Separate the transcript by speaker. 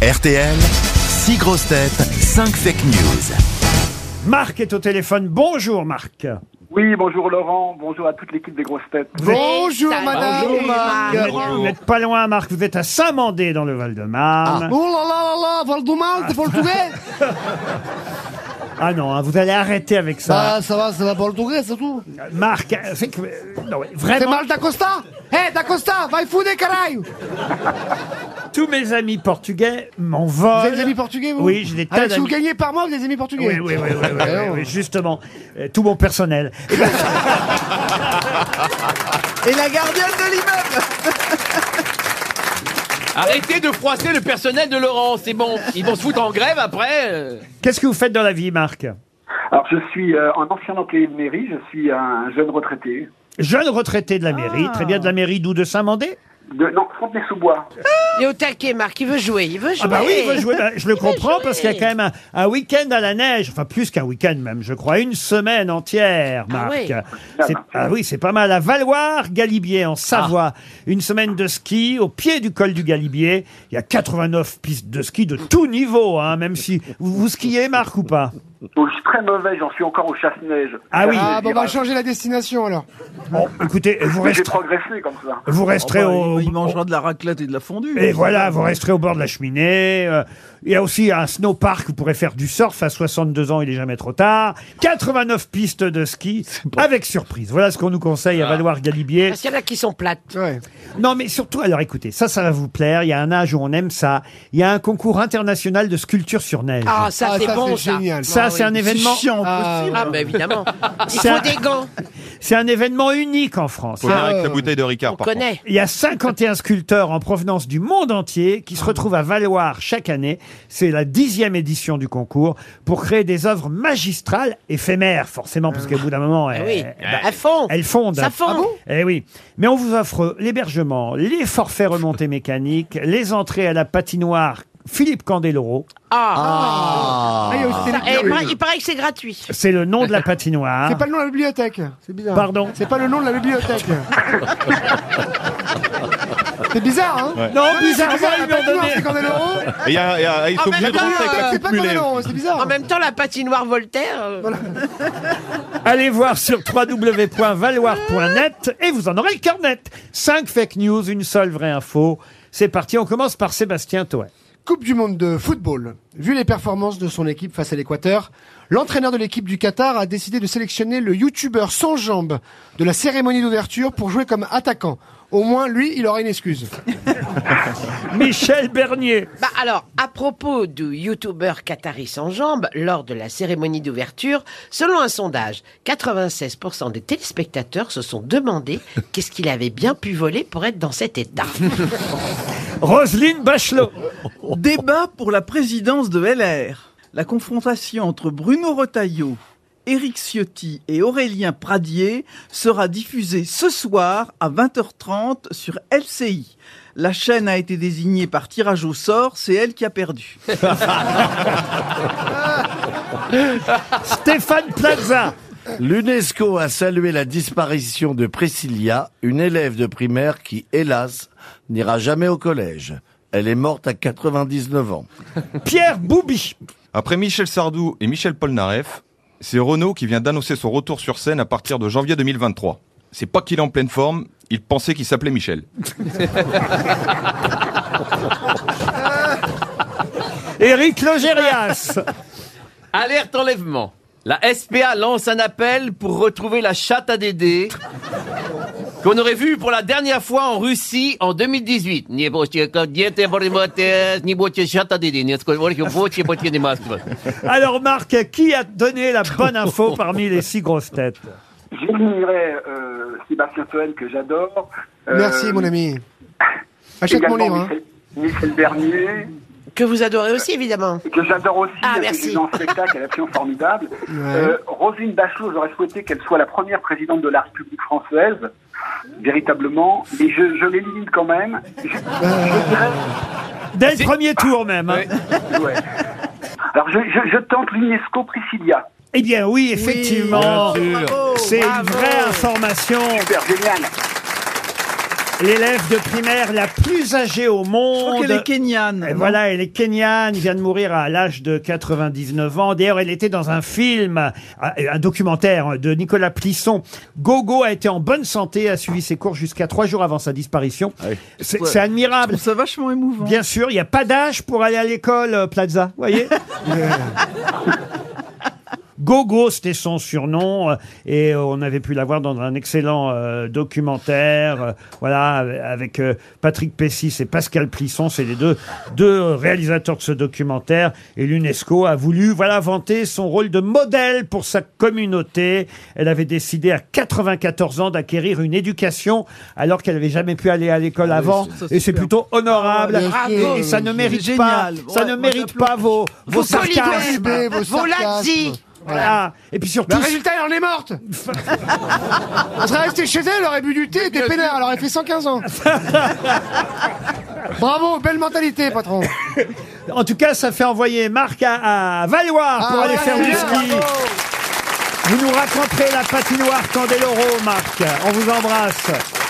Speaker 1: RTL, 6 grosses têtes, 5 fake news.
Speaker 2: Marc est au téléphone. Bonjour Marc.
Speaker 3: Oui, bonjour Laurent, bonjour à toute l'équipe des grosses têtes.
Speaker 2: Vous êtes-
Speaker 4: Bonjour madame.
Speaker 2: vous êtes- vous n'êtes pas loin Marc, vous êtes à Saint-Mandé dans le Val-de-Marne.
Speaker 4: Oh là là là là, Valdemar, t'es portugais
Speaker 2: Ah, non, hein, vous allez arrêter avec ça.
Speaker 4: Bah ça va, ça va portugais, c'est tout.
Speaker 2: Marc, euh, c'est que... euh, non, mais
Speaker 4: T'es
Speaker 2: vraiment,
Speaker 4: mal da Costa Eh, da Costa, vai fuder, caralho
Speaker 2: Oh, tous mes amis portugais
Speaker 4: Vous
Speaker 2: m'envolent.
Speaker 4: avez des amis portugais, vous
Speaker 2: Oui, j'ai des
Speaker 4: Ah,
Speaker 2: tas
Speaker 4: Si vous
Speaker 2: d'amis.
Speaker 4: gagnez par mois, vous avez des amis
Speaker 2: Oui,
Speaker 4: portugais
Speaker 2: oui, oui, oui, oui, oui,
Speaker 4: Eh,
Speaker 2: oui,
Speaker 4: oh.
Speaker 2: oui, justement. Euh, tout mon personnel. Et, ben-
Speaker 5: Et la gardienne de l'immeuble
Speaker 6: Arrêtez de froisser le personnel de Laurent, c'est bon. Ils vont se foutre en grève après. euh.
Speaker 2: Qu'est-ce que vous faites dans la vie Marc
Speaker 3: Alors je suis euh, un ancien employé de mairie, je suis un jeune retraité.
Speaker 2: Jeune retraité de la mairie, très bien de la mairie d'où de Saint-Mandé
Speaker 3: De, non, Fontenay-sous-Bois.
Speaker 7: Il est au taquet, Marc, il veut jouer, il veut jouer.
Speaker 2: Ah bah oui, il veut jouer. Bah, je le comprends
Speaker 7: jouer.
Speaker 2: parce qu'il y a quand même un, un week-end à la neige, enfin plus qu'un week-end même, je crois, une semaine entière,
Speaker 7: Ah
Speaker 2: Marc.
Speaker 7: ouais.
Speaker 2: C'est- ah oui, c'est pas mal. À Valoir, Galibier, en Savoie, une semaine de ski au pied du col du Galibier. Il y a 89 pistes de ski de tout niveau, hein, même si vous, vous skiez, Marc, ou pas.
Speaker 3: Donc je suis très mauvais, j'en suis encore au chasse-neige.
Speaker 2: Ah oui.
Speaker 4: Ah, bon, on va changer la destination alors.
Speaker 2: Bon, écoutez, vous
Speaker 3: Mais J'ai
Speaker 2: resterez,
Speaker 3: progressé comme ça.
Speaker 2: vous resterez
Speaker 5: Oh, bah,
Speaker 2: au,
Speaker 5: Il mangera de la raclette et de la fondue.
Speaker 2: Et voilà, vous resterez au bord de la cheminée. Euh, Il y a aussi un snowpark, vous pourrez faire du surf à 62 ans, il est jamais trop tard. 89 pistes de ski avec surprise. Voilà ce qu'on nous conseille à Valoir Galibier.
Speaker 7: Parce qu'il y en a qui sont plates.
Speaker 4: Ouais.
Speaker 2: Non mais surtout, alors écoutez, ça, ça va vous plaire. Il y a un âge où on aime ça. Il y a un concours international de sculpture sur neige.
Speaker 7: Ah, ça,
Speaker 4: Ah,
Speaker 7: c'est
Speaker 4: ça,
Speaker 7: bon,
Speaker 4: c'est
Speaker 7: ça.
Speaker 4: génial.
Speaker 2: ça,
Speaker 7: Ah,
Speaker 2: c'est
Speaker 7: oui.
Speaker 2: un
Speaker 5: C'est
Speaker 2: événement,
Speaker 5: chiant.
Speaker 4: Ah,
Speaker 7: Ah, bah évidemment. Il
Speaker 2: Ça-
Speaker 7: faut des gants,
Speaker 2: c'est un événement unique en France. Ah.
Speaker 8: Faut venir avec la
Speaker 4: euh,
Speaker 8: bouteille de Ricard,
Speaker 7: on
Speaker 8: par contre.
Speaker 7: connaît.
Speaker 2: Il y a 51 sculpteurs en provenance du monde entier qui se retrouvent à Valoir chaque année. C'est la dixième édition du concours pour créer des œuvres magistrales, éphémères forcément, parce qu'au bout d'un moment,
Speaker 8: Eh,
Speaker 7: Ah
Speaker 2: elles,
Speaker 7: oui,
Speaker 2: bah,
Speaker 7: à fond.
Speaker 2: elles fondent.
Speaker 7: Ça fond.
Speaker 2: Eh oui. Mais on vous offre l'hébergement, les forfaits remontées mécaniques, les entrées à la patinoire Philippe Candeloro.
Speaker 7: Ah,
Speaker 4: Ah, il y a aussi
Speaker 7: Et
Speaker 2: Eh,
Speaker 4: les-
Speaker 7: il, paraît, il paraît que c'est gratuit.
Speaker 2: C'est le nom de la patinoire.
Speaker 4: C'est pas le nom de la bibliothèque. C'est bizarre.
Speaker 2: Pardon
Speaker 4: C'est pas le nom de la bibliothèque. c'est bizarre, hein
Speaker 2: Non,
Speaker 4: C'est
Speaker 2: bizarrement,
Speaker 4: bizarre,
Speaker 2: ils
Speaker 4: la
Speaker 2: lui ont
Speaker 4: patinoire,
Speaker 2: donné-
Speaker 4: c'est Candeloro.
Speaker 8: Et il y a- il y a- Ah, ils sont
Speaker 7: mais
Speaker 8: obligés de
Speaker 7: attends,
Speaker 8: rentrer avec la
Speaker 4: C'est
Speaker 8: coupe
Speaker 4: pas
Speaker 8: mulet.
Speaker 4: Candeloro, c'est
Speaker 2: Ah,
Speaker 4: bizarre.
Speaker 7: euh, En même temps, la patinoire Voltaire. euh,
Speaker 2: Allez voir sur www.valoir.net et vous en aurez le carnet. 5 fake news, une seule vraie info. C'est parti, on commence par Sébastien Toet.
Speaker 4: Coupe du monde de football. Vu les performances de son équipe face à l'Équateur, l'entraîneur de l'équipe du Qatar a décidé de sélectionner le youtubeur sans jambes de la cérémonie d'ouverture pour jouer comme attaquant. Au moins, lui, il aura une excuse.
Speaker 2: Michel Bernier.
Speaker 7: Bah alors, à propos du youtubeur Qatari sans jambes, lors de la cérémonie d'ouverture, selon un sondage, 96% des téléspectateurs se sont demandé qu'est-ce qu'il avait bien pu voler pour être dans cet état.
Speaker 2: Roselyne Bachelot.
Speaker 5: Débat pour la présidence de LR. La confrontation entre Bruno Retailleau, Éric Ciotti et Aurélien Pradier sera diffusée ce soir à 20h30 sur LCI. La chaîne a été désignée par tirage au sort, c'est elle qui a perdu.
Speaker 2: Stéphane Plaza.
Speaker 9: L'UNESCO a salué la disparition de Priscilla, une élève de primaire qui, hélas, n'ira jamais au collège. Elle est morte à 99 ans.
Speaker 2: Pierre Boubi.
Speaker 8: Après Michel Sardou et Michel Polnareff, c'est Renault qui vient d'annoncer son retour sur scène à partir de janvier 2023. C'est pas qu'il est en pleine forme, il pensait qu'il s'appelait Michel.
Speaker 2: Éric Logérias.
Speaker 6: Alerte enlèvement. La SPA lance un appel pour retrouver la chatte à Dédé qu'on aurait vue pour la dernière fois en Russie en 2018. Ni boche, quand diète, borimote, ni boche, chatte à Dédé, ni skoye, borche, boche, boche, ni masque.
Speaker 2: Alors Marc, qui a donné la bonne info parmi les six grosses têtes
Speaker 3: J'ignorais euh, Sébastien Toen que j'adore. Euh,
Speaker 4: Merci, mon ami. Achète mon
Speaker 3: également
Speaker 4: livre. hein.
Speaker 3: Michel, Michel Bernier,
Speaker 7: Que vous adorez aussi, évidemment.
Speaker 3: que j'adore aussi,
Speaker 7: Ah,
Speaker 3: parce que
Speaker 7: merci.
Speaker 3: j'ai vu en spectacle, elle est absolument formidable. Euh, Roselyne Bachelot, j'aurais souhaité qu'elle soit la première présidente de la République française, véritablement, mais je, je l'élimine quand même. Je- je dirais-
Speaker 2: Dès le premier tour même. hein.
Speaker 3: Ouais. Alors, je, je, je tente l'UNESCO Priscilla.
Speaker 2: Eh bien oui, effectivement.
Speaker 5: Bravo.
Speaker 2: C'est une vraie information.
Speaker 3: Super, génial.
Speaker 2: l'élève de primaire la plus âgée au monde.
Speaker 5: crois qu'elle est kenyane,
Speaker 2: Et
Speaker 5: non
Speaker 2: voilà, elle est kenyane, vient de mourir à l'âge de 99 ans. D'ailleurs, elle était dans un film, un- un documentaire de Nicolas Plisson. Gogo a été en bonne santé, a suivi ses cours jusqu'à trois jours avant sa disparition.
Speaker 5: Ah
Speaker 2: C'est c'est admirable.
Speaker 5: C'est vachement émouvant.
Speaker 2: Bien sûr, il n'y a pas d'âge pour aller à l'école, euh, Plaza, vous voyez Euh. Gogo, c'était son surnom, euh, et euh, on avait pu la voir dans un excellent euh, documentaire, euh, voilà, avec euh, Patrick Pessis et Pascal Plisson, c'est les deux, deux réalisateurs de ce documentaire, et l'UNESCO a voulu, voilà, vanter son rôle de modèle pour sa communauté. Elle avait décidé à 94 ans d'acquérir une éducation, alors qu'elle n'avait jamais pu aller à l'école avant,
Speaker 5: c'est- Ah ça, c'est
Speaker 2: et c'est
Speaker 5: super.
Speaker 2: plutôt honorable,
Speaker 4: Ah ouais,
Speaker 2: et-
Speaker 4: bien
Speaker 2: et,
Speaker 4: sûr.
Speaker 2: ça ne mérite
Speaker 5: C'est
Speaker 2: pas,
Speaker 5: génial.
Speaker 2: ça
Speaker 5: Ouais,
Speaker 2: ne
Speaker 5: moi,
Speaker 2: mérite
Speaker 5: j'applaudis.
Speaker 2: pas vos, vos
Speaker 7: Faut solidaire.
Speaker 2: sarcasmes.
Speaker 4: Vos
Speaker 7: Volati.
Speaker 4: sarcasmes.
Speaker 2: Voilà. Ah, Et puis surtout,
Speaker 4: Le résultat, elle en est morte Elle serait restée chez elle, elle aurait bu du thé, et des peinards, elle aurait fait 115 ans Bravo, belle mentalité, patron
Speaker 2: en tout cas, ça fait envoyer Marc à, à Valois pour
Speaker 4: Ah,
Speaker 2: aller
Speaker 4: ouais,
Speaker 2: faire du
Speaker 4: bien,
Speaker 2: ski. Vous nous raconterez la patinoire Candeloro, Marc. On vous embrasse.